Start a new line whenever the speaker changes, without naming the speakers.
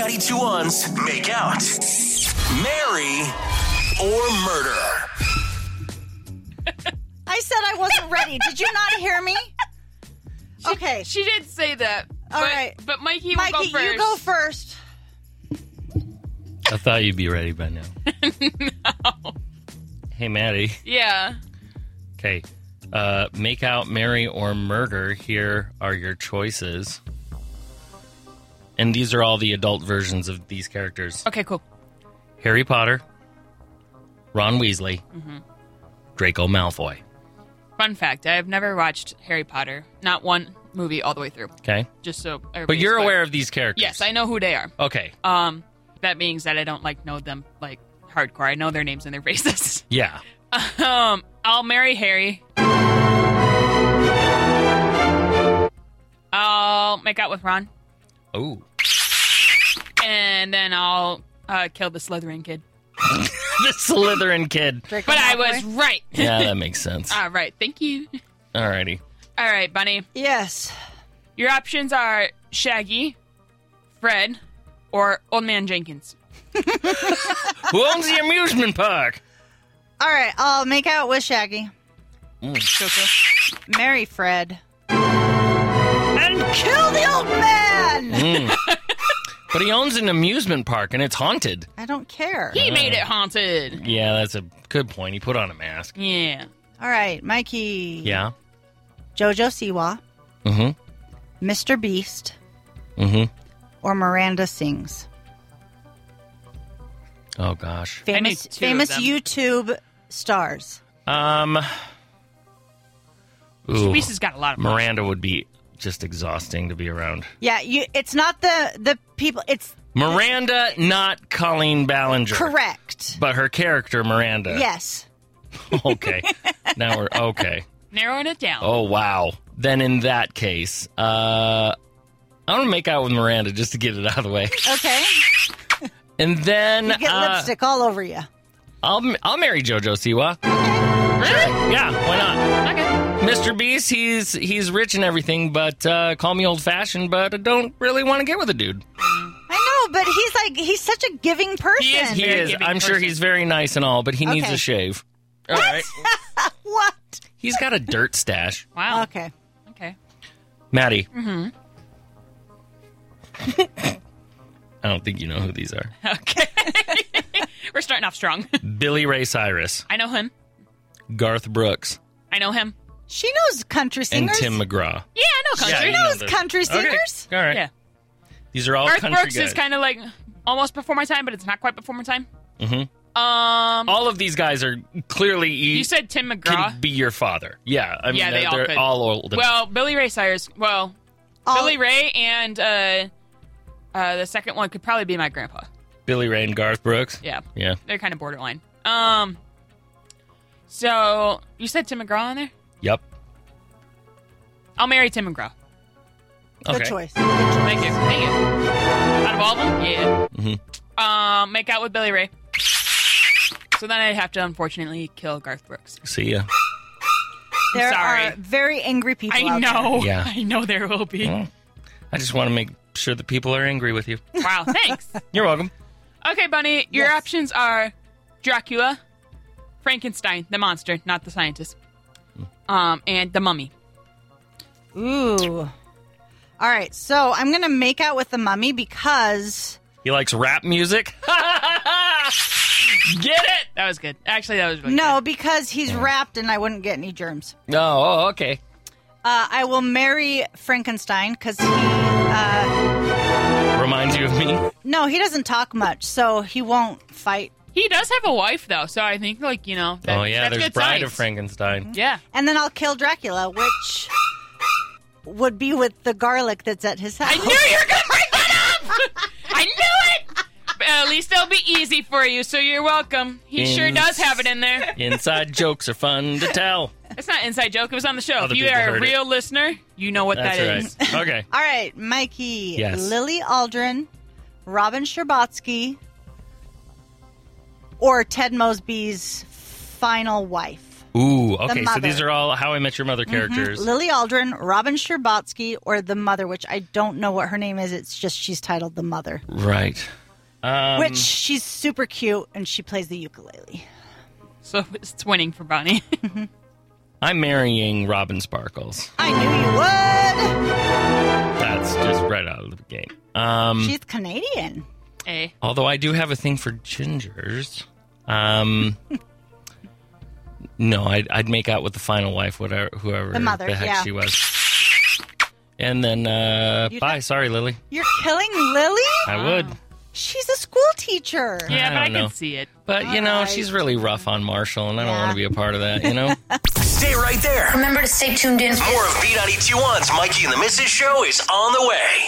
V921's Make Out, Marry, or Murder.
I said I wasn't ready. Did you not hear me? Okay.
She did say that.
All
but,
right.
But Mikey will
Mikey,
go first.
you go first.
I thought you'd be ready by now. Hey, Maddie.
Yeah.
Okay. Uh, make out, marry, or murder. Here are your choices. And these are all the adult versions of these characters
Okay, cool.
Harry Potter, Ron Weasley,
Mm-hmm.
Draco Malfoy.
Fun fact I have never watched Harry Potter, not one movie all the way through.
Okay.
Just so everybody's
But you're
clear.
aware of these characters.
Yes, I know who they are.
Okay.
Um, that being said, I don't like know them like hardcore. I know their names and their faces.
Yeah.
um, I'll marry Harry. I'll make out with Ron,
Oh.
and then I'll uh, kill the Slytherin kid.
The Slytherin kid.
Draco
But I
Malfoy.
was right.
Yeah, that makes sense.
All right, thank you.
Alrighty.
All right, Bunny.
Yes.
Your options are Shaggy, Fred, or Old Man Jenkins.
Who owns the amusement park?
All right. I'll make out with Shaggy.
Coco.
Marry Fred. And kill the old man!
Mm.
But he owns an amusement park and it's haunted.
I don't care.
He made it haunted.
Yeah, that's a good point. He put on a mask.
Yeah.
All right. Mikey.
Yeah.
Jojo Siwa.
Mm-hmm.
Mm
Mr. Beast.
hmm. Mm hmm.
Or Miranda Sings.
Oh, gosh.
I knew
Famous,
two of
famous
them.
YouTube stars.
Um. Ooh,
Reese's got a lot of money.
Miranda would be just exhausting to be around.
Yeah, you. It's not the the people. It's
Miranda, not Colleen Ballinger.
correct.
But her character, Miranda.
Yes.
Okay. now we're okay.
Narrowing it down.
Oh, wow. Then in that case, uh, I'm going to make out with Miranda just to get it out of the way.
Okay.
And then
You get
uh,
lipstick all over you.
I'll, I'll marry JoJo Siwa. Really? Yeah, why not?
Okay.
Mr. Beast, he's he's rich and everything, but uh, call me old fashioned, but I don't really want to get with a dude.
I know, but he's like he's such a giving person.
He is. He
Very
is.
giving
I'm sure
person.
he's very nice and all, but he needs
Okay.
a shave. All right.
What?
He's got a dirt stash.
Wow. Okay.
Okay.
Maddie. Mm-hmm. I don't think you know who these are.
Okay. We're starting off strong.
Billy Ray Cyrus,
I know him.
Garth Brooks,
I know him.
She knows country
and
singers.
Tim McGraw.
Yeah, I know country.
you
She
know
knows
the-
country singers.
Okay. All right.
Yeah.
These are all
Garth
country
Brooks
guys.
is kind of like almost before my time, but it's not quite before my time. Mm-hmm. Um,
all of these guys are clearly
you said Tim McGraw.
can be your father. Yeah, I mean
Yeah,
they're,
they all
they're
could.
all old.
Well, Billy Ray Cyrus. Well,
All-
Billy Ray and uh, uh, the second one could probably be my grandpa.
Billy Ray and Garth Brooks.
Yeah,
Yeah.
they're kind of borderline. Um, so you said Tim McGraw on there?
Yep.
I'll marry Tim McGraw.
Good
okay.
choice.
Thank you. Thank you. Out of all of them, yeah.
Mm-hmm.
Um, make out with Billy Ray. So then I'd have to unfortunately kill Garth Brooks.
See ya.
There
sorry.
are very angry people.
I
out there.
know.
Yeah.
I know there will be.
I just want to make sure that people are angry with you.
Wow. Thanks.
You're welcome.
Okay, Bunny, your
Yes.
options are Dracula, Frankenstein, the monster, not the scientist, um, and the mummy.
Ooh. All right, so I'm gonna make out with the mummy because
He likes rap music.
Get it? That was good. Actually, that was really
no, because he's
Mm.
wrapped and I wouldn't get any germs.
No. Oh, okay.
Uh, I will marry Frankenstein because he. Uh,
Reminds you of me.
No, he doesn't talk much, so he won't fight.
good. He does have a wife, though, so I think, like, you know. that-
oh yeah,
that's
there's
good
Bride
signs.
of Frankenstein.
Yeah.
And then I'll kill Dracula, which would be with the garlic that's at his house.
I knew you were going to bring that up! I knew it! But at least it'll be easy for you, so you're welcome. He sure
In-
does have it in there.
Inside jokes are fun to tell.
It's not an inside joke. It was on the show.
Other
if you
people
are a
heard it.
real listener, you know what
That's
that is.
right. Okay.
All right, Mikey,
Yes.
Lily Aldrin, Robin Scherbatsky, or Ted Mosby's final wife.
Ooh, okay. So
mother.
these are all How I Met Your Mother
Mm-hmm.
characters.
Lily Aldrin, Robin Scherbatsky, or the mother, which I don't know what her name is. It's just she's titled the mother,
Right. Um,
which she's super cute and she plays the ukulele.
So it's winning for Bonnie.
I'm marrying Robin Sparkles.
I knew you would.
That's just right out of the gate. Um,
She's Canadian.
hey,
although I do have a thing for gingers. Um, no, I'd, I'd make out with the final wife, whatever, whoever
The mother,
heck
yeah.
she was. And then, uh,
You'd
bye.
have- Oh.
Sorry, Lily.
You're killing Lily?
I would.
She's a school teacher.
yeah,
I
but I
don't know.
can see it.
But, you know,
Alright.
she's really rough on Marshall, and I don't
Yeah.
want to be a part of that, you know?
Stay right there.
Remember to stay tuned in.
More of B921's Mikey and the Mrs. Show is on the way.